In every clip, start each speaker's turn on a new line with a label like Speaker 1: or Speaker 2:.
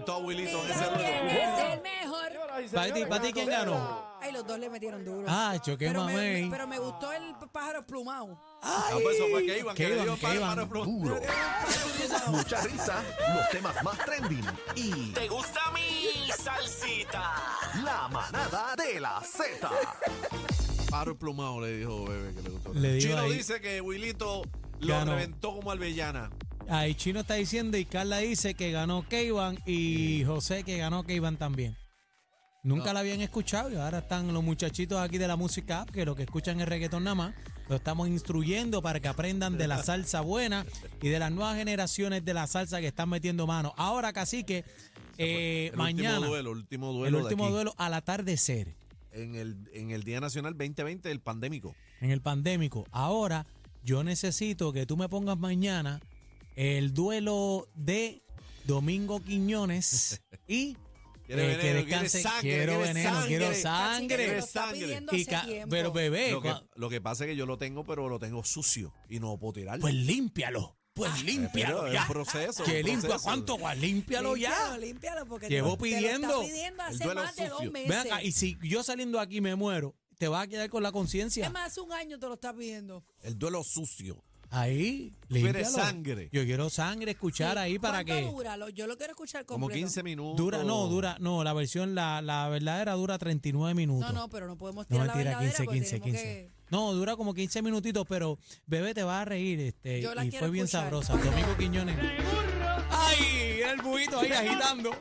Speaker 1: mató a Wilito en ese
Speaker 2: ¿Quién
Speaker 1: juego.
Speaker 2: es el mejor?
Speaker 3: Para ti, para ti, ¿quién ganó?
Speaker 4: Ay, los dos le metieron duro.
Speaker 3: Ah, cho, qué
Speaker 4: pero, me,
Speaker 3: mamey.
Speaker 4: pero me gustó el pájaro plumado.
Speaker 1: Ah, pues eso fue que iban, que le
Speaker 3: Kevin,
Speaker 1: dio para,
Speaker 3: Kevin.
Speaker 1: para, para-
Speaker 5: Duro. Mucha risa, los temas más trending y
Speaker 6: ¿Te gusta mi salsita?
Speaker 5: la manada de la Z.
Speaker 1: Paro plumado le dijo Bebe que le gustó.
Speaker 3: Le digo
Speaker 1: Chino
Speaker 3: ahí.
Speaker 1: dice que Wilito lo
Speaker 3: Ganó.
Speaker 1: reventó como albellana.
Speaker 3: Ahí Chino está diciendo y Carla dice que ganó Keivan y José que ganó Keivan también. Nunca la habían escuchado y ahora están los muchachitos aquí de la música app que lo que escuchan es reggaetón nada más. Lo estamos instruyendo para que aprendan de la salsa buena y de las nuevas generaciones de la salsa que están metiendo mano. Ahora, cacique, eh,
Speaker 1: El
Speaker 3: mañana,
Speaker 1: último duelo, el último duelo.
Speaker 3: el
Speaker 1: de
Speaker 3: último
Speaker 1: aquí.
Speaker 3: duelo al atardecer.
Speaker 1: En el, en el Día Nacional 2020 del pandémico.
Speaker 3: en el pandémico. Ahora yo necesito que tú me pongas mañana el duelo de Domingo Quiñones y eh,
Speaker 1: Quiere veneno,
Speaker 3: que
Speaker 1: quiere
Speaker 3: descanse.
Speaker 1: sangre,
Speaker 3: quiero
Speaker 1: quiere
Speaker 3: veneno,
Speaker 1: sangre.
Speaker 3: quiero
Speaker 4: Cacique, lo
Speaker 3: sangre.
Speaker 1: Quiere
Speaker 4: está
Speaker 1: sangre.
Speaker 4: pidiendo
Speaker 3: Y
Speaker 4: hace
Speaker 3: ca-
Speaker 4: tiempo.
Speaker 3: pero bebé,
Speaker 1: Lo que,
Speaker 3: Eh, cua-
Speaker 1: lo que pasa es que yo lo tengo, pero lo tengo sucio y no puedo tirarlo.
Speaker 3: pues límpialo, pues
Speaker 1: Eh, pero
Speaker 3: límpialo
Speaker 1: es
Speaker 3: ya.
Speaker 1: un proceso.
Speaker 3: que
Speaker 1: un
Speaker 3: limpia
Speaker 1: proceso.
Speaker 3: cuánto, Guau, límpialo ya.
Speaker 4: Límpialo, límpialo, porque
Speaker 3: Llevo
Speaker 4: te lo- te lo está
Speaker 3: pidiendo.
Speaker 1: El
Speaker 4: pidiendo hace
Speaker 1: duelo
Speaker 4: más de
Speaker 1: sucio.
Speaker 4: dos
Speaker 3: Ven
Speaker 4: meses.
Speaker 3: acá, y si yo saliendo aquí me muero, te vas a quedar con la conciencia.
Speaker 4: Es más, hace un año te lo está pidiendo.
Speaker 1: El duelo sucio.
Speaker 3: Ahí,
Speaker 1: quieres
Speaker 3: límpialo.
Speaker 1: sangre.
Speaker 3: Yo quiero sangre, escuchar
Speaker 4: Sí.
Speaker 3: ahí para
Speaker 4: ¿Cuánto
Speaker 3: que.
Speaker 4: dura? Lo- Yo lo quiero escuchar completo.
Speaker 1: Como 15 minutos.
Speaker 3: Dura, no, dura, no, la versión, la, la verdadera dura 39 minutos.
Speaker 4: No, no, pero no podemos
Speaker 3: No,
Speaker 4: tirar la
Speaker 3: mentira,
Speaker 4: verdadera
Speaker 3: 15,
Speaker 4: porque
Speaker 3: 15,
Speaker 4: tenemos
Speaker 3: 15.
Speaker 4: que-
Speaker 3: No, dura como 15 minutitos, pero bebé te va a reír. este
Speaker 4: Yo la
Speaker 3: Y
Speaker 4: quiero
Speaker 3: fue bien
Speaker 4: escuchar.
Speaker 3: sabrosa. Domingo Quiñones. ¡Ay! El bujito ahí agitando.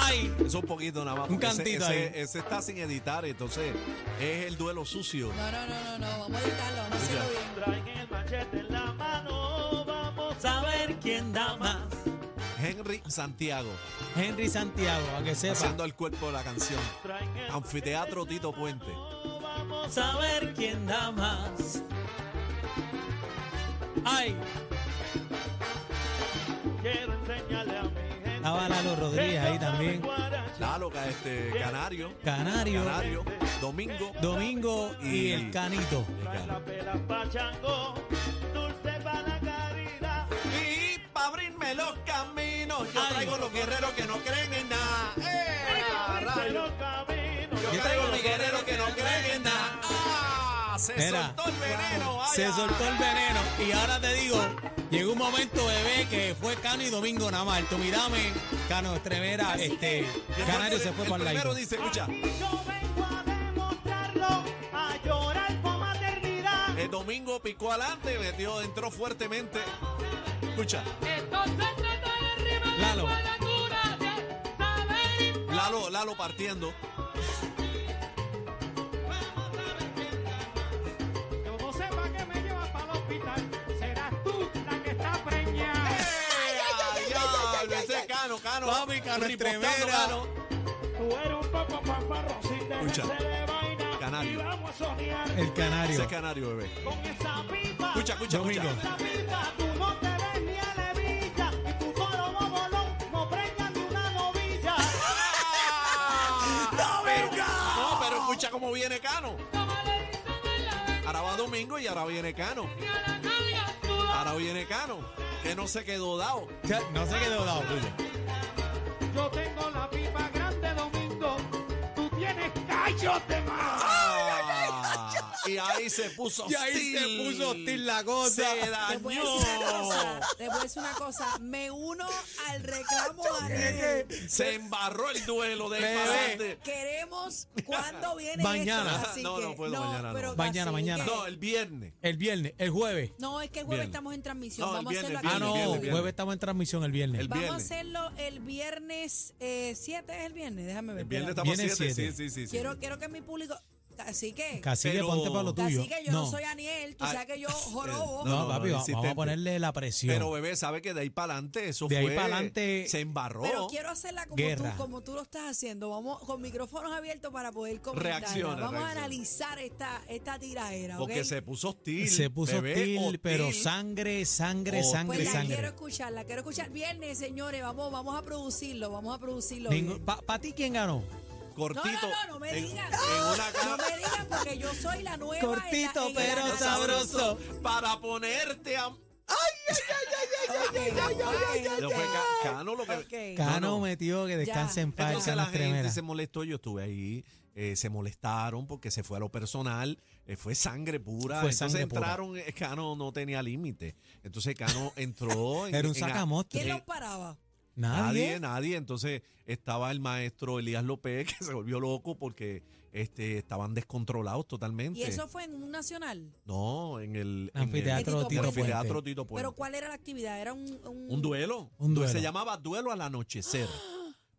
Speaker 3: ¡Ay!
Speaker 1: Eso un poquito nada más.
Speaker 3: Un
Speaker 1: porque ese-
Speaker 3: cantito
Speaker 1: ese,
Speaker 3: ahí.
Speaker 1: ese está sin editar, entonces es el duelo sucio.
Speaker 4: No, no, no, no, no, vamos a editarlo, vamos a hacerlo bien.
Speaker 3: Saber quién da más.
Speaker 1: Henry Santiago,
Speaker 3: Henry Santiago, para que sepa.
Speaker 1: haciendo el cuerpo de la canción. Anfiteatro Tito Puente.
Speaker 3: Saber quién da más. ¡Ay!
Speaker 7: Quiero enseñarle a mi gente.
Speaker 3: Estaba Lalo Rodríguez ahí también.
Speaker 1: La loca, este, Canario.
Speaker 3: Canario.
Speaker 1: Canario. Domingo.
Speaker 3: Domingo y el Canito.
Speaker 7: La pela pa' Changó, dulce para la caridad.
Speaker 1: Y para abrirme los caminos, yo
Speaker 3: Ay.
Speaker 1: traigo los guerreros que no creen en nada. ¡Eh! a
Speaker 7: Dulce
Speaker 1: rayos!
Speaker 7: los caminos.
Speaker 1: Yo traigo los guerreros que no creen en nada. ¡Ah! Se
Speaker 3: Mira.
Speaker 1: soltó el veneno.
Speaker 3: Se
Speaker 1: vaya.
Speaker 3: soltó el veneno. Y ahora te digo, llegó un momento, bebé, que fue Cano y Domingo nada más. Tú mirame, Cano Estremera,
Speaker 1: Y
Speaker 3: este,
Speaker 1: el primero-
Speaker 3: Canario se fue para
Speaker 1: el
Speaker 3: la
Speaker 1: primero
Speaker 3: isla.
Speaker 1: dice, escucha,
Speaker 7: Aquí yo vengo a demostrarlo, a llorar por maternidad.
Speaker 3: Eh.
Speaker 1: el domingo picó adelante, metió, entró fuertemente. Escucha,
Speaker 3: Lalo,
Speaker 1: Lalo, Lalo partiendo.
Speaker 7: Yo no sé pa' qué me llevas para el hospital. Serás tú la que está preñada.
Speaker 3: Eh.
Speaker 1: ¡Ay, ay, ay! Ese Cano, Cano.
Speaker 3: Papi, Cano
Speaker 1: ripostando,
Speaker 3: Estremera.
Speaker 1: Cano.
Speaker 7: Tú eres un poco fanfarrón, sin
Speaker 1: Escucha.
Speaker 7: dejarse de vaina.
Speaker 1: Canario.
Speaker 7: Y vamos a soñar
Speaker 3: el
Speaker 1: Ese
Speaker 3: Canario.
Speaker 1: es Canario, bebé.
Speaker 7: con esa pipa.
Speaker 1: Escucha, escucha,
Speaker 3: Domingo.
Speaker 1: escucha.
Speaker 7: La vida, tú no te ves ni a la villa, y tu toro bobolón no preña ni una novilla.
Speaker 1: Ah. No, pero escucha cómo viene Cano. Ahora va Domingo y ahora viene Cano. Ahora viene Cano, que no se quedó dado.
Speaker 3: Ya, No se quedó dado, Julio.
Speaker 7: Yo tengo la pipa grande, Domingo, tú tienes callos de más.
Speaker 1: Ah, y ahí se puso
Speaker 3: Y ahí se
Speaker 1: hostil.
Speaker 3: puso hostil la cosa.
Speaker 1: Se
Speaker 4: Te voy a
Speaker 1: dañó.
Speaker 4: decir una cosa, te voy a decir una cosa, me uno al reclamo de Ariel.
Speaker 1: Se embarró el duelo de
Speaker 3: Bebé.
Speaker 1: Espadante.
Speaker 4: Queremos cuándo viene
Speaker 3: Mañana.
Speaker 4: esto, así
Speaker 1: No,
Speaker 4: que-
Speaker 1: no puedo, mañana no.
Speaker 4: pero
Speaker 3: Mañana,
Speaker 4: así
Speaker 3: mañana.
Speaker 4: que-
Speaker 1: No, el viernes.
Speaker 3: El viernes, el jueves.
Speaker 4: No, es que el jueves
Speaker 1: Viernes.
Speaker 4: estamos en transmisión,
Speaker 1: No, el
Speaker 4: vamos
Speaker 1: viernes,
Speaker 4: a hacerlo
Speaker 3: Ah,
Speaker 4: aquí.
Speaker 3: no,
Speaker 1: viernes, viernes.
Speaker 3: jueves estamos en transmisión el viernes.
Speaker 1: El-
Speaker 4: Vamos a
Speaker 1: viernes.
Speaker 4: hacerlo el viernes 7 es el viernes, déjame ver.
Speaker 1: El viernes
Speaker 4: espérame.
Speaker 1: estamos siete.
Speaker 3: Viene siete.
Speaker 1: Sí, sí, sí, sí.
Speaker 4: Quiero, quiero que mi público, así que,
Speaker 3: Cacique,
Speaker 1: Pero-
Speaker 3: ponte para lo tuyo.
Speaker 4: así que yo no. soy Aniel, tú
Speaker 1: Ay,
Speaker 4: sabes que yo
Speaker 1: eh,
Speaker 4: jorobo.
Speaker 1: No,
Speaker 3: No,
Speaker 1: no,
Speaker 3: papi,
Speaker 1: no,
Speaker 3: vamos,
Speaker 1: insistente.
Speaker 3: a ponerle la presión.
Speaker 1: Pero bebé sabe que de ahí para adelante eso
Speaker 3: De ahí
Speaker 1: fue.
Speaker 3: para adelante-
Speaker 1: Se embarró.
Speaker 4: Pero quiero hacerla como
Speaker 3: Guerra.
Speaker 4: tú, como tú lo estás haciendo. Vamos con micrófonos abiertos para poder comentar.
Speaker 1: Reacciona,
Speaker 4: Vamos a
Speaker 1: reacciona.
Speaker 4: analizar esta, esta tiradera. ¿ok?
Speaker 1: porque se puso hostil.
Speaker 3: se puso
Speaker 1: bebé,
Speaker 3: hostil, pero
Speaker 1: hostil.
Speaker 3: sangre, sangre,
Speaker 1: Pues
Speaker 3: sangre,
Speaker 4: pues la
Speaker 3: sangre.
Speaker 4: quiero escuchar, la quiero escuchar. Viernes, señores, vamos, vamos a producirlo, vamos a producirlo. bien.
Speaker 3: ¿Para ti quién ganó?
Speaker 4: No,
Speaker 1: cortito.
Speaker 4: no, no, no me
Speaker 1: en-
Speaker 4: digas.
Speaker 1: en una
Speaker 4: No
Speaker 1: cara-
Speaker 4: me digas porque yo soy la nueva. en la-
Speaker 3: Cortito,
Speaker 4: en la
Speaker 3: pero
Speaker 4: casa.
Speaker 3: sabroso.
Speaker 1: para ponerte a.
Speaker 4: Ok, ok.
Speaker 1: Yo fue ca- Cano lo que.
Speaker 4: Ok.
Speaker 3: Cano
Speaker 1: No, no.
Speaker 3: metió que descanse en paz,
Speaker 1: Entonces la
Speaker 3: Cano
Speaker 1: gente
Speaker 3: Tremera.
Speaker 1: se molestó, yo estuve ahí, eh, se molestaron porque se fue a lo personal, eh, fue sangre pura.
Speaker 3: Fue
Speaker 1: Entonces
Speaker 3: sangre pura.
Speaker 1: entraron, eh, Cano no tenía límite. Entonces Cano entró. en-
Speaker 3: Era un
Speaker 1: en a- eh,
Speaker 3: sacamostre.
Speaker 4: ¿Quién los paraba?
Speaker 1: Nadie,
Speaker 3: Nadie.
Speaker 1: nadie. Entonces estaba el maestro Elías López que se volvió loco porque este, estaban descontrolados totalmente.
Speaker 4: Y eso fue en un nacional.
Speaker 1: No, en el en
Speaker 3: Anfiteatro
Speaker 1: el-
Speaker 4: Tito
Speaker 1: en el
Speaker 4: Puente.
Speaker 1: anfiteatro Tito Puente.
Speaker 4: Pero ¿cuál era la actividad? Era un, un,
Speaker 1: Un duelo.
Speaker 3: Un duelo.
Speaker 1: Se llamaba duelo al anochecer.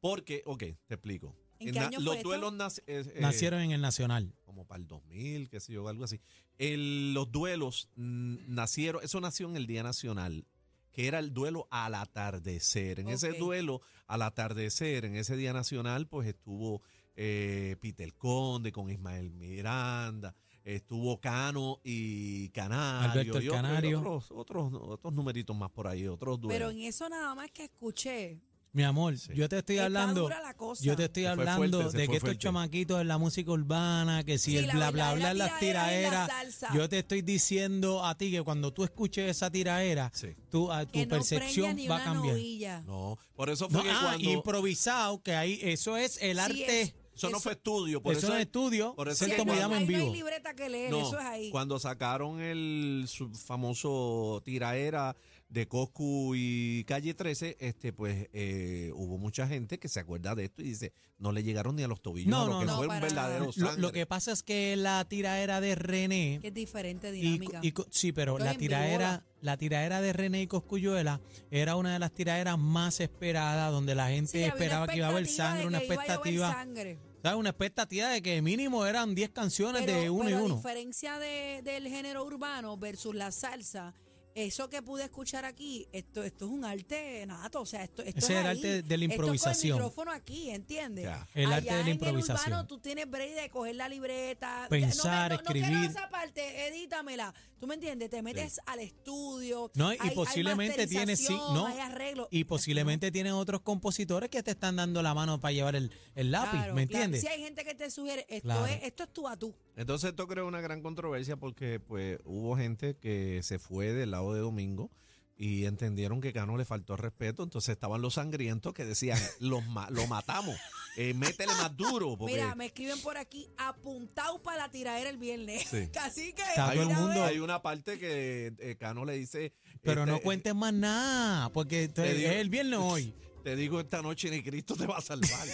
Speaker 1: Porque, ok, te explico.
Speaker 4: ¿En
Speaker 1: En
Speaker 4: qué
Speaker 1: na-
Speaker 4: año fue
Speaker 1: los
Speaker 4: esto?
Speaker 1: duelos nac- eh, eh,
Speaker 3: Nacieron en el Nacional.
Speaker 1: como para el 2000, qué sé yo, algo así. El- los duelos mm, nacieron, eso nació en el Día Nacional, que era el duelo al atardecer. En ese
Speaker 4: Ok.
Speaker 1: duelo al atardecer, en ese Día Nacional, pues estuvo eh, Peter Conde con Ismael Miranda, estuvo Cano y Canario.
Speaker 3: Alberto el
Speaker 1: y otro- y
Speaker 3: Canario.
Speaker 1: Otros, otros, otros numeritos más por ahí, otros duelos.
Speaker 4: Pero en eso nada más que escuché.
Speaker 3: Mi amor,
Speaker 1: Sí.
Speaker 3: yo te estoy
Speaker 4: Está
Speaker 3: hablando.
Speaker 4: dura la cosa.
Speaker 3: Yo te estoy
Speaker 1: Se fue
Speaker 3: hablando
Speaker 1: fuerte, se
Speaker 3: de
Speaker 1: fue
Speaker 3: que estos
Speaker 1: fuerte.
Speaker 3: chamaquitos en la música urbana, que si
Speaker 4: Sí,
Speaker 3: el
Speaker 4: la
Speaker 3: bla bla bla
Speaker 4: verdadera
Speaker 3: en las
Speaker 4: tiraera y la
Speaker 3: tiraderas.
Speaker 4: salsa.
Speaker 3: Yo te estoy diciendo a ti que cuando tú escuches esa tiraera,
Speaker 1: Sí.
Speaker 3: tú,
Speaker 4: que
Speaker 3: a- tu
Speaker 4: no preña
Speaker 3: percepción
Speaker 4: ni
Speaker 3: va a
Speaker 4: una
Speaker 3: cambiar.
Speaker 4: novilla.
Speaker 1: No, por eso
Speaker 3: No,
Speaker 1: fue que
Speaker 3: ah,
Speaker 1: cuando...
Speaker 3: improvisado, que ahí eso es el
Speaker 4: Sí,
Speaker 3: arte.
Speaker 4: es-
Speaker 1: eso no
Speaker 4: eso-
Speaker 1: fue estudio, por
Speaker 3: eso,
Speaker 1: eso,
Speaker 3: es
Speaker 1: es-
Speaker 3: estudio.
Speaker 1: por eso
Speaker 3: eso
Speaker 1: es
Speaker 4: Sí,
Speaker 1: que
Speaker 4: ahí no
Speaker 1: cuando-
Speaker 3: miramos
Speaker 4: hay-
Speaker 3: en
Speaker 4: No
Speaker 3: vivo.
Speaker 4: hay libreta que leer,
Speaker 1: No,
Speaker 4: eso es ahí.
Speaker 1: Cuando sacaron el su- famoso tiraera de Coscu y Calle 13, este, pues eh, hubo mucha gente que se acuerda de esto y dice, no le llegaron ni a los tobillos,
Speaker 3: No,
Speaker 1: a lo
Speaker 3: no,
Speaker 1: que
Speaker 3: no,
Speaker 1: fue un
Speaker 4: para
Speaker 1: verdadero
Speaker 4: nada.
Speaker 3: Lo,
Speaker 1: sangre.
Speaker 3: lo que pasa es que la tiraera de René.
Speaker 4: Que es diferente
Speaker 3: y-
Speaker 4: dinámica.
Speaker 3: y co- sí, pero
Speaker 4: Estoy
Speaker 3: la
Speaker 4: en
Speaker 3: tiraera,
Speaker 4: viruela.
Speaker 3: la tiraera de René y Coscuyuela era una de las tiraderas más esperadas, donde la gente
Speaker 4: Sí, había una
Speaker 3: esperaba que iba a haber
Speaker 4: expectativa
Speaker 3: sangre,
Speaker 4: de
Speaker 3: una
Speaker 4: que iba a llover
Speaker 3: expectativa,
Speaker 4: sangre.
Speaker 3: ¿sabes? Una expectativa de que mínimo eran 10 canciones
Speaker 4: Pero-
Speaker 3: de uno
Speaker 4: pero
Speaker 3: y
Speaker 4: A
Speaker 3: uno.
Speaker 4: diferencia de- del género urbano versus la salsa, eso que pude escuchar aquí, esto, esto es un arte nato. O sea, esto, esto
Speaker 3: Ese
Speaker 4: es
Speaker 3: es el
Speaker 4: ahí.
Speaker 3: arte de la
Speaker 4: Esto es con
Speaker 3: improvisación.
Speaker 4: el micrófono aquí, ¿entiendes?
Speaker 1: Ya.
Speaker 3: El
Speaker 4: Allá
Speaker 3: arte de la
Speaker 4: En el
Speaker 3: improvisación.
Speaker 4: urbano tú tienes break de coger la libreta,
Speaker 3: Pensar,
Speaker 4: no, me- no- no quiero
Speaker 3: escribir.
Speaker 4: esa parte, edítamela. ¿Tú me entiendes? Te metes al estudio.
Speaker 3: No, y
Speaker 4: hay- hay
Speaker 3: posiblemente tienes, sí,
Speaker 4: masterización,
Speaker 3: no.
Speaker 4: hay arreglo.
Speaker 3: Y posiblemente tienen otros compositores que te están dando la mano para llevar el, el lápiz,
Speaker 4: Claro,
Speaker 3: ¿me
Speaker 4: claro.
Speaker 3: entiendes?
Speaker 4: Si hay gente que te sugiere, esto,
Speaker 3: Claro.
Speaker 4: es, esto es tú a tú.
Speaker 1: Entonces esto creó una gran controversia porque pues hubo gente que se fue del lado de Domingo y entendieron que Cano le faltó respeto, entonces estaban los sangrientos que decían, los ma- lo matamos, eh, métele más duro. Porque
Speaker 4: Mira, me escriben por aquí, apuntado para la tiradera el viernes.
Speaker 1: Sí.
Speaker 4: Así que.
Speaker 3: Está todo el
Speaker 4: mira,
Speaker 3: mundo.
Speaker 4: ve.
Speaker 1: Hay una parte que eh, Cano le dice...
Speaker 3: Pero no
Speaker 1: este,
Speaker 3: cuentes más nada, porque te-
Speaker 1: digo-
Speaker 3: es el viernes hoy.
Speaker 1: Te digo esta noche ni Cristo te va a salvar.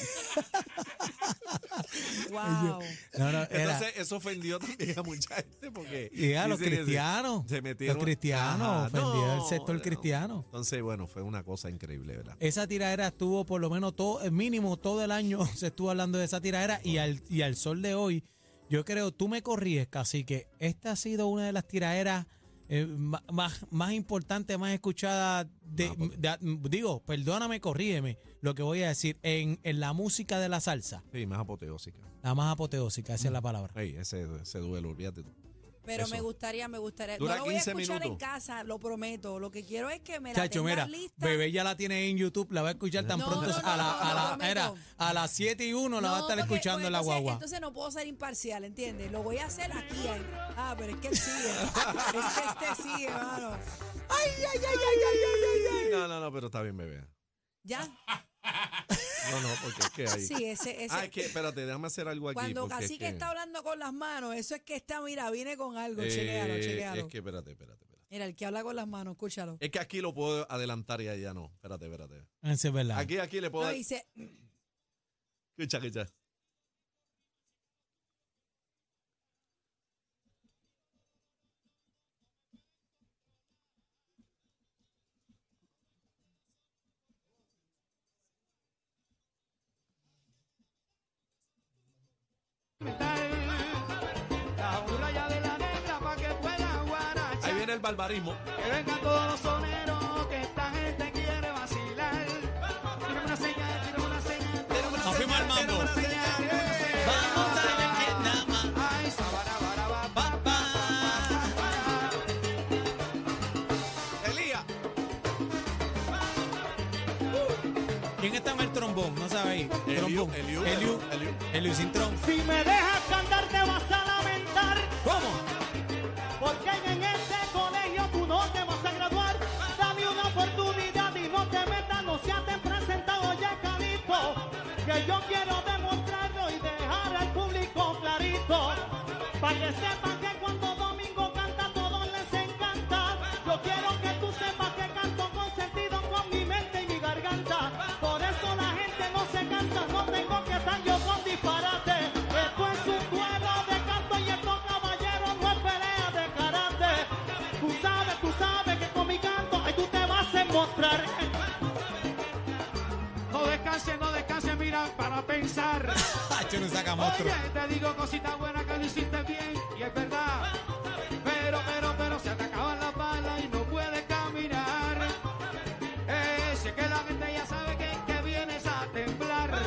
Speaker 4: Wow.
Speaker 3: No, no, era-
Speaker 1: Entonces eso ofendió también a mucha gente porque
Speaker 3: y a los
Speaker 1: dicen que se-
Speaker 3: cristianos.
Speaker 1: se metieron-
Speaker 3: los cristianos,
Speaker 1: Ajá,
Speaker 3: ofendió el
Speaker 1: no,
Speaker 3: sector
Speaker 1: no.
Speaker 3: cristiano.
Speaker 1: Entonces bueno fue una cosa increíble, ¿verdad?
Speaker 3: Esa tiradera estuvo por lo menos todo, eh, mínimo todo el año se estuvo hablando de esa tiradera y al, y al sol de hoy, yo creo, tú me corríes, casi que esta ha sido una de las tiraderas eh, ma- más, más importantes, más escuchadas, de,
Speaker 1: Ah, porque-
Speaker 3: de- digo, perdóname, corrígeme lo que voy a decir, en, en la música de la salsa,
Speaker 1: Sí, más apoteósica.
Speaker 3: la más apoteósica, esa es
Speaker 1: Mm.
Speaker 3: la palabra.
Speaker 1: Ey, ese, ese duelo, olvídate tú.
Speaker 4: Pero
Speaker 1: Eso.
Speaker 4: me gustaría, me gustaría.
Speaker 1: Dura
Speaker 4: no lo voy a
Speaker 1: 15
Speaker 4: escuchar en
Speaker 1: minutos.
Speaker 4: casa, lo prometo. Lo que quiero es que me la
Speaker 3: Chacho,
Speaker 4: tengas
Speaker 3: mira,
Speaker 4: lista.
Speaker 3: bebé ya la tiene en YouTube, la va a escuchar tan
Speaker 4: No,
Speaker 3: pronto
Speaker 4: no, no,
Speaker 3: a, la,
Speaker 4: no, no,
Speaker 3: a, la-
Speaker 4: prometo.
Speaker 3: era, a las 7 y 1 la va a estar
Speaker 4: porque-
Speaker 3: escuchando
Speaker 4: porque
Speaker 3: en la
Speaker 4: entonces-
Speaker 3: guagua.
Speaker 4: Entonces no puedo ser imparcial, ¿entiendes? Lo voy a hacer aquí. ahí. Ah, pero es que él sigue. es que este sigue, mano. Ay, ay, ay, ay, ay, ay, ay, ay.
Speaker 1: No, no, no, pero está bien, bebé.
Speaker 4: Ya,
Speaker 1: No, no, porque es que ahí.
Speaker 4: sí, ese, ese.
Speaker 1: Ah, es que espérate, déjame hacer algo aquí.
Speaker 4: Cuando
Speaker 1: porque es
Speaker 4: Cacique está hablando con las manos, eso es que está, mira, viene con algo.
Speaker 1: eh,
Speaker 4: chequealo, chequealo.
Speaker 1: Es que espérate, espérate, espérate.
Speaker 4: Mira, el que habla con las manos, escúchalo.
Speaker 1: Es que aquí lo puedo adelantar y allá no. Espérate, espérate.
Speaker 3: Eso es verdad.
Speaker 1: Aquí, aquí le puedo.
Speaker 4: No,
Speaker 1: dar-
Speaker 4: dice,
Speaker 1: Escucha, escucha.
Speaker 7: La burraya de la negra pa' que pueda guarachar.
Speaker 1: Ahí viene el barbarismo.
Speaker 7: Que vengan todos los soneros, que esta gente quiere vacilar. Tírame una señal, tírame una señal. tírame una
Speaker 3: Nos fuimos al
Speaker 7: señal,
Speaker 3: mambo.
Speaker 7: tírame una señal, tírame una señal.
Speaker 3: Vamos a la Vietnam.
Speaker 7: Ay, sabara, bara, ba, ba, ba.
Speaker 1: Elías.
Speaker 3: ¿Quién está en el trombón? No sabe ahí.
Speaker 1: Eliu,
Speaker 3: Trombón.
Speaker 1: Eliu,
Speaker 3: Eliu.
Speaker 1: Eliu.
Speaker 3: Eliu sin tron.
Speaker 7: Si me dejas cantar te vas a lamentar
Speaker 3: ¿Cómo?
Speaker 7: Porque en este colegio tú no te vas a graduar Dame una oportunidad y no te metas, no seas que yo quiero demostrarlo y dejar al público clarito. Para que sepan que cuando Domingo canta a todos les encanta. Yo quiero que tú sepas que canto con sentido con mi mente y mi garganta. Por eso la gente no se cansa, no tengo que estar yo con disparate. Esto es un duelo de canto y esto caballero no es pelea de karate. Tú sabes, tú sabes que con mi canto ahí tú te vas a mostrar. No descanse, no descanse, mira, para pensar.
Speaker 3: Hacho no saca monstruo.
Speaker 7: Oye, te digo cosita buena que lo hiciste bien, y es verdad. Pero, pero, pero se te acaban las balas y no puedes caminar. Eh, sé que la gente ya sabe que, que vienes a temblar.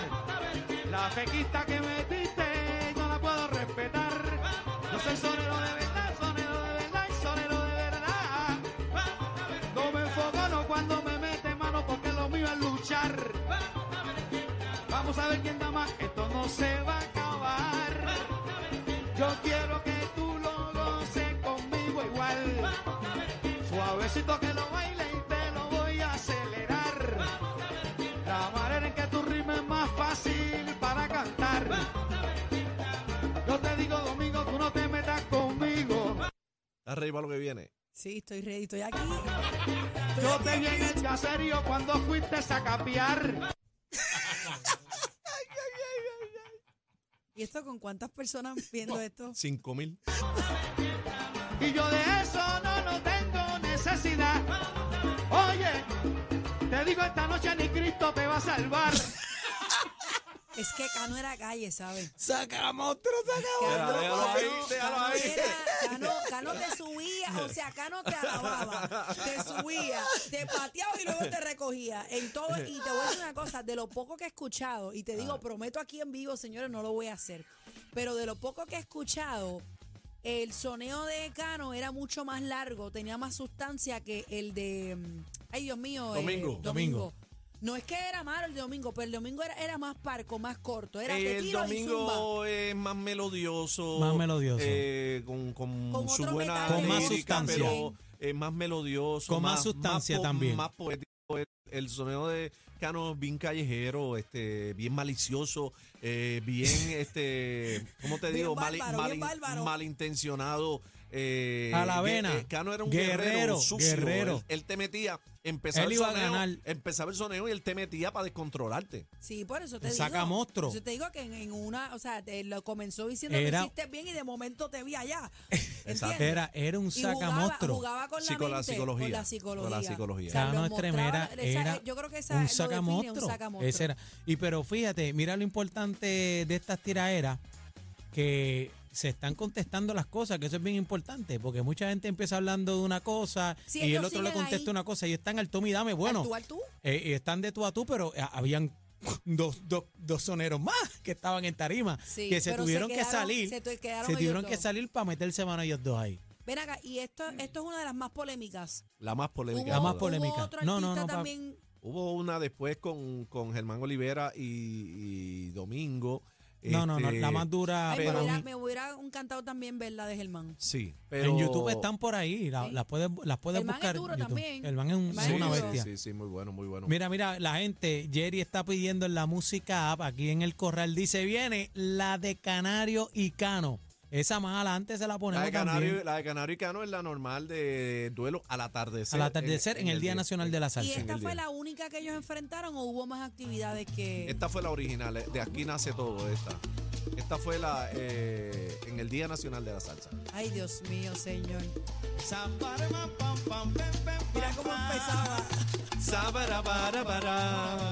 Speaker 7: La fequista que metiste no la puedo respetar. Yo soy sonero de verdad, sonero de verdad, y sonero de verdad. No me enfoco no cuando me mete mano porque lo mío es luchar. Vamos a ver quién da más, esto no se va a acabar. Yo quiero que tú lo goces conmigo igual. Suavecito que lo baile y te lo voy a acelerar. La manera en que tú rimes es más fácil para cantar. Yo te digo, Domingo, tú no te metas conmigo.
Speaker 1: arriba lo que viene.
Speaker 4: Sí, estoy ready, estoy aquí. Estoy
Speaker 7: Yo
Speaker 4: aquí,
Speaker 7: te vi en
Speaker 4: aquí.
Speaker 7: el caserío cuando fuiste a capiar.
Speaker 4: ¿Y esto con cuántas personas viendo esto?
Speaker 1: Cinco mil.
Speaker 7: Y yo de eso no, no tengo necesidad. Oye, te digo esta noche ni Cristo te va a salvar.
Speaker 4: Es que Cano era calle, ¿sabes?
Speaker 3: Saca monstruo, saca
Speaker 4: Cano,
Speaker 1: Déjalo, déjalo ahí,
Speaker 4: Cano,
Speaker 1: déjalo
Speaker 4: Cano
Speaker 1: ahí.
Speaker 4: era- Cano, Cano te subía, o sea, Cano te alababa, te subía, te pateaba y luego te recogía. En todo, y te voy a decir una cosa, de lo poco que he escuchado, y te digo, prometo aquí en vivo, señores, no lo voy a hacer, pero de lo poco que he escuchado, el soneo de Cano era mucho más largo, tenía más sustancia que el de, mm, ay Dios mío, eh,
Speaker 1: Domingo.
Speaker 4: domingo. No es que era malo el de domingo, pero el domingo era, era más parco, más corto. Era de
Speaker 1: el
Speaker 4: tiro y zumba.
Speaker 1: domingo es más melodioso.
Speaker 3: Más melodioso.
Speaker 1: eh, con, con
Speaker 4: Con
Speaker 1: su
Speaker 4: otros
Speaker 1: buena
Speaker 4: metales.
Speaker 3: Con más
Speaker 1: lírica,
Speaker 3: sustancia.
Speaker 1: Pero, eh, más melodioso.
Speaker 3: Con más sustancia
Speaker 1: po-
Speaker 3: también.
Speaker 1: Más poético. El, el sonido de Cano es bien callejero, este, bien malicioso, eh, bien, este, ¿cómo te
Speaker 4: Bien
Speaker 1: digo?
Speaker 4: bárbaro, bien bárbaro.
Speaker 1: malintencionado. eh,
Speaker 3: A la
Speaker 1: gue-
Speaker 3: vena.
Speaker 1: eh, Cano era un guerrero,
Speaker 3: Guerrero,
Speaker 1: sucio.
Speaker 3: guerrero.
Speaker 1: Él, él te metía, empezaba
Speaker 3: Él
Speaker 1: el
Speaker 3: iba a
Speaker 1: soneo,
Speaker 3: ganar.
Speaker 1: empezaba el soneo y él te metía para descontrolarte.
Speaker 4: Sí, por eso te
Speaker 3: Te
Speaker 4: digo.
Speaker 3: saca monstruo.
Speaker 4: por Eso te digo que en, en una, o sea, te lo comenzó diciendo
Speaker 3: Era-
Speaker 4: que hiciste bien y de momento te vi allá.
Speaker 1: Exacto.
Speaker 4: ¿Entiendes?
Speaker 3: Era, era un
Speaker 4: Y jugaba,
Speaker 3: sacamonstruo.
Speaker 4: jugaba con,
Speaker 1: Sí, con la
Speaker 4: la mente,
Speaker 1: psicología,
Speaker 4: Con la psicología.
Speaker 1: con la psicología.
Speaker 4: sea,
Speaker 3: Cano
Speaker 4: lo
Speaker 3: Estremera
Speaker 4: mostraba, esa- eh,
Speaker 3: era
Speaker 4: yo creo que esa,
Speaker 3: un
Speaker 4: lo define, un
Speaker 3: sacamonstruo.
Speaker 4: sacamonstruo.
Speaker 3: Ese era. Y pero fíjate, mira lo importante de estas tiraderas que se están contestando las cosas, que eso es bien importante, porque mucha gente empieza hablando de una cosa
Speaker 4: Sí,
Speaker 3: y el
Speaker 4: ellos
Speaker 3: otro le
Speaker 4: siguen
Speaker 3: contesta
Speaker 4: ahí.
Speaker 3: una cosa y están al tome y dame, bueno,
Speaker 4: Actuar tú.
Speaker 3: eh, y están de tú a tú, pero eh, habían dos, dos, dos soneros más que estaban en tarima,
Speaker 4: Sí,
Speaker 3: que se
Speaker 4: pero se
Speaker 3: tuvieron que
Speaker 4: quedaron-
Speaker 3: salir,
Speaker 4: se tu- quedaron
Speaker 3: se
Speaker 4: ellos
Speaker 3: tuvieron que
Speaker 4: dos.
Speaker 3: salir para meterse mano ellos dos ahí.
Speaker 4: Ven acá, y esto, esto es una de las más polémicas.
Speaker 1: La más polémica.
Speaker 4: Hubo-
Speaker 3: La más
Speaker 4: hubo
Speaker 3: polémica.
Speaker 4: otro
Speaker 3: No, no,
Speaker 4: artista
Speaker 3: no, pa-
Speaker 4: también
Speaker 1: Hubo una después con, con Germán Olivera y, y Domingo.
Speaker 3: No, no, no,
Speaker 1: Este,
Speaker 3: la más dura
Speaker 4: Ay, me,
Speaker 3: Ah, para
Speaker 4: hubiera,
Speaker 3: mí.
Speaker 4: me hubiera un cantado también, ¿verdad? De Germán.
Speaker 1: Sí, pero...
Speaker 3: En YouTube están por ahí, la-
Speaker 4: Sí.
Speaker 3: las puedes, las puedes
Speaker 4: El man es
Speaker 3: buscar. en
Speaker 4: duro
Speaker 3: YouTube.
Speaker 4: también.
Speaker 3: El man es, un-
Speaker 4: El man
Speaker 3: es
Speaker 1: Sí,
Speaker 3: una
Speaker 4: duro.
Speaker 3: bestia.
Speaker 1: Sí, sí, muy bueno, muy bueno.
Speaker 3: Mira, mira, la gente, Jerry está pidiendo en la música app, aquí en el corral, dice, viene la de Canario y Cano. Esa más adelante se la
Speaker 1: la,
Speaker 3: ponemos
Speaker 1: de Canario,
Speaker 3: también.
Speaker 1: la de Canario y Cano es la normal de duelo al atardecer.
Speaker 3: Al atardecer en, el Día Nacional de la
Speaker 4: ¿Y
Speaker 3: Salsa.
Speaker 1: en
Speaker 4: esta
Speaker 1: el
Speaker 4: fue
Speaker 1: día.
Speaker 4: la única que ellos enfrentaron o hubo más actividades que...?
Speaker 1: Esta fue la original, eh, de aquí nace todo esta. Esta fue la eh, en el Día Nacional de la Salsa.
Speaker 4: Ay, Dios mío, señor. Mira cómo empezaba.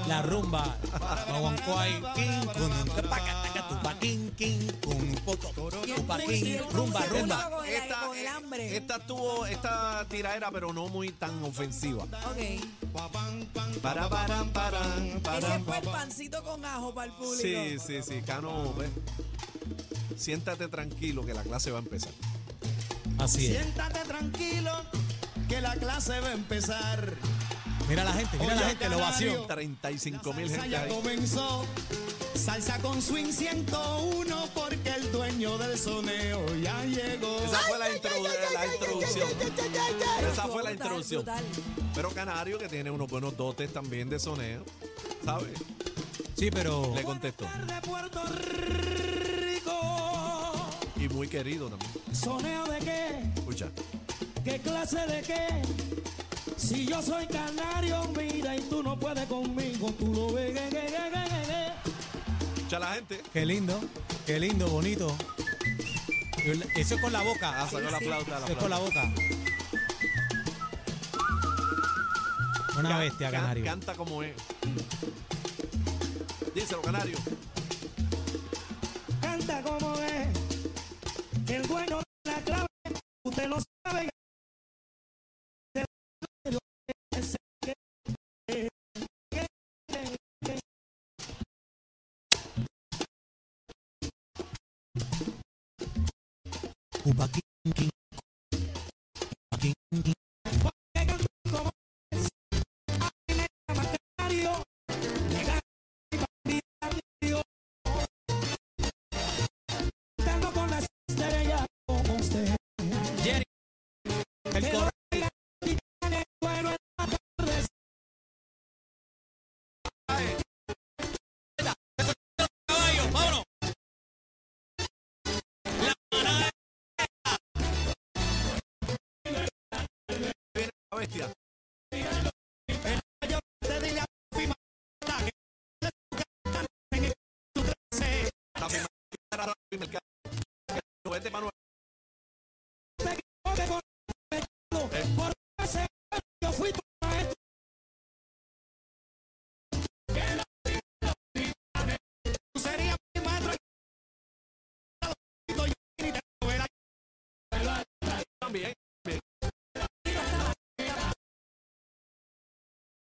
Speaker 3: La rumba. Guaguancó ahí. Quin, cun, un, tapaca, taca, tupa, quin, quin, cun, poco, tupa, quin, Rumba, rumba.
Speaker 4: Con el- con el hambre.
Speaker 1: eh, esta tuvo esta tiraera, pero no muy tan ofensiva.
Speaker 4: Ok.
Speaker 1: Para, para, para, para.
Speaker 4: Ese fue el pancito con ajo para el público.
Speaker 1: Sí, sí, sí, Cano, ve. siéntate tranquilo que la clase va a empezar.
Speaker 3: Así es.
Speaker 2: Siéntate tranquilo que la clase va a empezar.
Speaker 3: Mira la gente, mira
Speaker 2: Oye,
Speaker 3: la gente, lo vació.
Speaker 2: Canario.
Speaker 1: 35 mil
Speaker 2: Salsa
Speaker 1: gente
Speaker 2: ya
Speaker 1: ahí.
Speaker 2: comenzó. Salsa con swing 101 porque el dueño del soneo ya llegó.
Speaker 1: Esa fue la, introdu- la introducción. Esa
Speaker 4: Estuvo
Speaker 1: fue la
Speaker 4: brutal,
Speaker 1: introducción.
Speaker 4: brutal.
Speaker 1: Pero Canario, que tiene unos buenos dotes también de soneo, ¿sabes?
Speaker 3: Sí, pero.
Speaker 1: Le contestó.
Speaker 2: de Puerto Rico.
Speaker 1: Y muy querido también.
Speaker 2: ¿Soneo de qué?
Speaker 1: Escucha.
Speaker 2: ¿Qué clase de qué? Si yo soy canario, mira, y tú no puedes conmigo, tú lo ves. que, que, que, que,
Speaker 1: Escucha la gente.
Speaker 3: Qué lindo, qué lindo, bonito. Eso es con la boca.
Speaker 1: Ah, sacó la flauta.
Speaker 3: Eso es con la boca. Una
Speaker 1: Can-
Speaker 3: bestia,
Speaker 1: can-
Speaker 3: Canario.
Speaker 1: Canta como es. Díselo, Canario.
Speaker 2: que. Canta como es. Que el bueno de la clave, usted lo sabe. Canario. Cantando con las estrellas como usted.
Speaker 3: Jerry, el coro.
Speaker 2: Bueno, en la tarde
Speaker 3: caballo, vámonos.
Speaker 1: La bestia.
Speaker 2: te dirá, firma, que le toca en el- tu clase.
Speaker 1: La primera cara, la primera cara. No, vete pa' Nueva-
Speaker 2: Me equivoqué con el pecado, por ese error yo fui tu maestro. Que la vida no tiene, tú serías mi maestro. Yo ni te lo verás.
Speaker 1: También.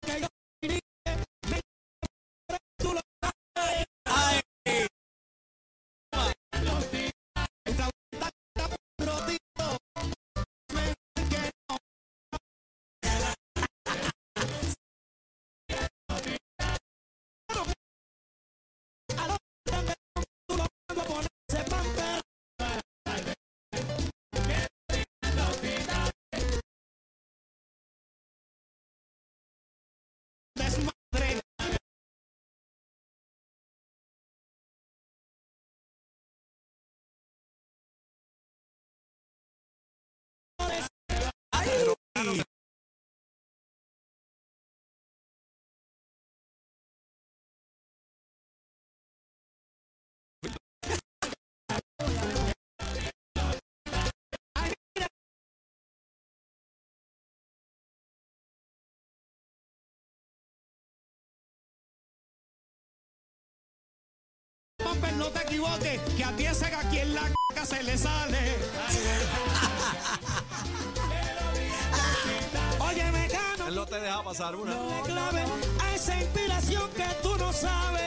Speaker 2: Que yo ni te- me- tú lo desmadre. Papel, no te equivoques, que a ti ese que aquí en la c se le sale. Oye, me gano,
Speaker 1: Él no te deja pasar una.
Speaker 2: no le clave a esa inspiración que tú no sabes.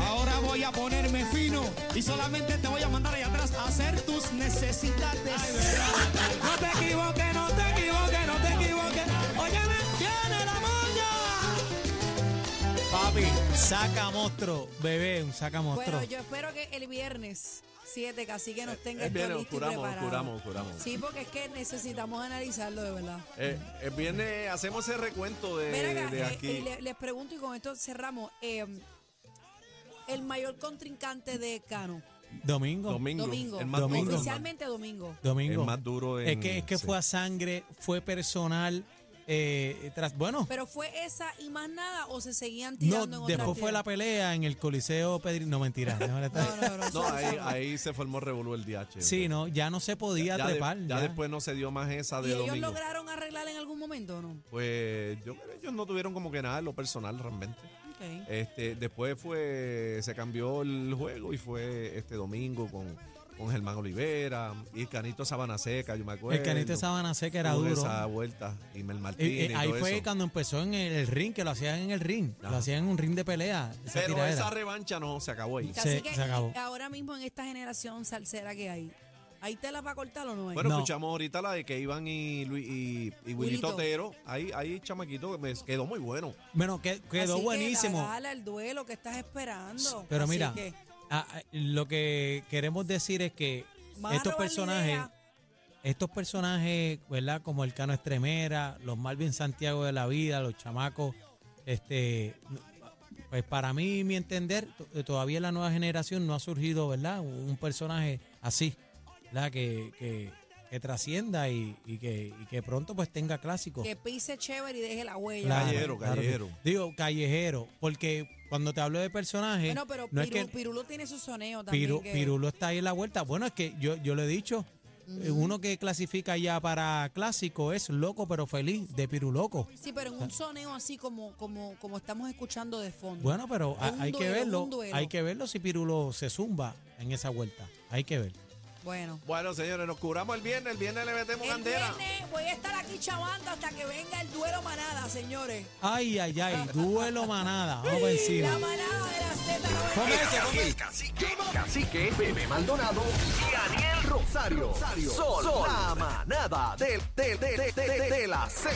Speaker 2: Ahora voy a ponerme fino y solamente te voy a mandar allá atrás a hacer tus necesidades. No te equivoques, no te equivoques, no te equivoques. Oye, me tiene la moña.
Speaker 3: Papi, saca monstruo, bebé, un saca monstruo.
Speaker 4: Bueno, yo espero que el viernes 7 Cacique nos tenga
Speaker 1: Él Eh,
Speaker 4: esto
Speaker 1: viene,
Speaker 4: listo y
Speaker 1: oscuramos,
Speaker 4: preparado.
Speaker 1: oscuramos, oscuramos.
Speaker 4: Sí, porque es que necesitamos analizarlo de verdad.
Speaker 1: Eh, el viernes hacemos ese recuento de,
Speaker 4: Ven acá,
Speaker 1: de
Speaker 4: eh,
Speaker 1: aquí.
Speaker 4: y le- les pregunto y con esto cerramos. eh, el mayor contrincante de Cano,
Speaker 3: Domingo.
Speaker 1: domingo,
Speaker 4: Domingo.
Speaker 1: El más
Speaker 3: Domingo.
Speaker 1: duro.
Speaker 4: Oficialmente Domingo.
Speaker 3: Domingo.
Speaker 1: El más duro
Speaker 3: es
Speaker 1: en-
Speaker 3: que, es que
Speaker 1: sí.
Speaker 3: fue a sangre, fue personal. eh, tras, bueno,
Speaker 4: Pero fue esa y más nada o se seguían
Speaker 3: no,
Speaker 4: tirando en otras
Speaker 3: después fue la
Speaker 4: tiras?
Speaker 3: pelea en el Coliseo Pedri. No, mentira. déjame estar.
Speaker 4: No, no, no,
Speaker 1: No,
Speaker 4: eso-
Speaker 1: ahí, ahí se formó revolú el DH.
Speaker 3: Sí, no, ya no se podía
Speaker 1: ya, de-
Speaker 3: trepar.
Speaker 1: ya
Speaker 3: ya.
Speaker 1: después no se dio más esa
Speaker 4: ¿Y
Speaker 1: de
Speaker 4: ellos
Speaker 1: domingo.
Speaker 4: lograron arreglar en algún momento o no?
Speaker 1: Pues yo creo que ellos no tuvieron como que nada en lo personal realmente.
Speaker 4: Ok.
Speaker 1: Este, después fue, se cambió el juego y fue este domingo con, con Germán Olivera y Canito Sabana Seca, yo me acuerdo.
Speaker 3: El canito de Sabana Seca era
Speaker 1: Tuve
Speaker 3: duro.
Speaker 1: Esa vuelta, y Mel
Speaker 3: Eh,
Speaker 1: Martínez.
Speaker 3: eh,
Speaker 1: y
Speaker 3: ahí
Speaker 1: todo
Speaker 3: fue
Speaker 1: eso.
Speaker 3: cuando empezó en el, el ring, que lo hacían en el ring. Lo
Speaker 1: Ajá.
Speaker 3: hacían en un ring de pelea. esa
Speaker 1: Pero
Speaker 3: tiradera.
Speaker 1: esa revancha no se acabó ahí.
Speaker 4: Así
Speaker 3: se-
Speaker 4: que
Speaker 3: se acabó.
Speaker 4: ahora mismo en esta generación salsera que hay, ¿hay tela para cortar o no hay?
Speaker 1: Bueno,
Speaker 3: No.
Speaker 1: escuchamos ahorita la de que Iván y, Luis, y, y Willy
Speaker 4: Wilito.
Speaker 1: Totero. Ahí, ahí, chamaquito, que me quedó muy bueno.
Speaker 3: Bueno, que- quedó
Speaker 4: Así que
Speaker 3: buenísimo.
Speaker 4: la gala, el duelo que estás esperando.
Speaker 3: Pero
Speaker 4: Así
Speaker 3: mira,
Speaker 4: que,
Speaker 3: ah, ah, lo eh, que queremos decir es que
Speaker 4: Vas a
Speaker 3: estos
Speaker 4: robarle
Speaker 3: personajes,
Speaker 4: idea.
Speaker 3: estos personajes, ¿verdad? Como el Cano Estremera, los Malvin Santiago de la vida, los chamacos, este, pues para mí, mi entender, to- eh, todavía en la nueva generación no ha surgido, ¿verdad? Un personaje así, ¿verdad? Que, que, que trascienda y, y que, y que pronto pues tenga clásicos.
Speaker 4: Que pise chévere y deje la huella.
Speaker 3: Claro,
Speaker 1: Callejero,
Speaker 3: claro que-
Speaker 1: callejero.
Speaker 3: Digo, callejero, porque cuando te hablo de personaje,
Speaker 4: Bueno, pero
Speaker 3: no es
Speaker 4: Piru-
Speaker 3: que-
Speaker 4: Pirulo tiene su soneo también.
Speaker 3: Piru-
Speaker 4: que-
Speaker 3: Pirulo está ahí en la vuelta. Bueno, es que yo, yo lo he dicho, eh, uno que clasifica ya para clásico es Loco pero Feliz, de Piruloco.
Speaker 4: Sí, pero en un soneo así como, como, como estamos escuchando de fondo.
Speaker 3: Bueno, pero
Speaker 4: Es
Speaker 3: ha-
Speaker 4: un
Speaker 3: hay que
Speaker 4: duelo, es
Speaker 3: verlo,
Speaker 4: un duelo.
Speaker 3: hay que verlo si Pirulo se zumba en esa vuelta. Hay que ver.
Speaker 4: Bueno.
Speaker 1: Bueno, señores, nos curamos el viernes. El viernes le metemos
Speaker 4: El
Speaker 1: candela.
Speaker 4: viernes voy a estar aquí chavando hasta que venga el duelo manada, señores.
Speaker 3: Ay, ay, ay, duelo manada. Vamos por encima.
Speaker 4: La manada de la Z.
Speaker 5: El cacique, cacique, bebé Maldonado y Daniel Rosario. Sol, la manada del- del- del- del- del- de la Z.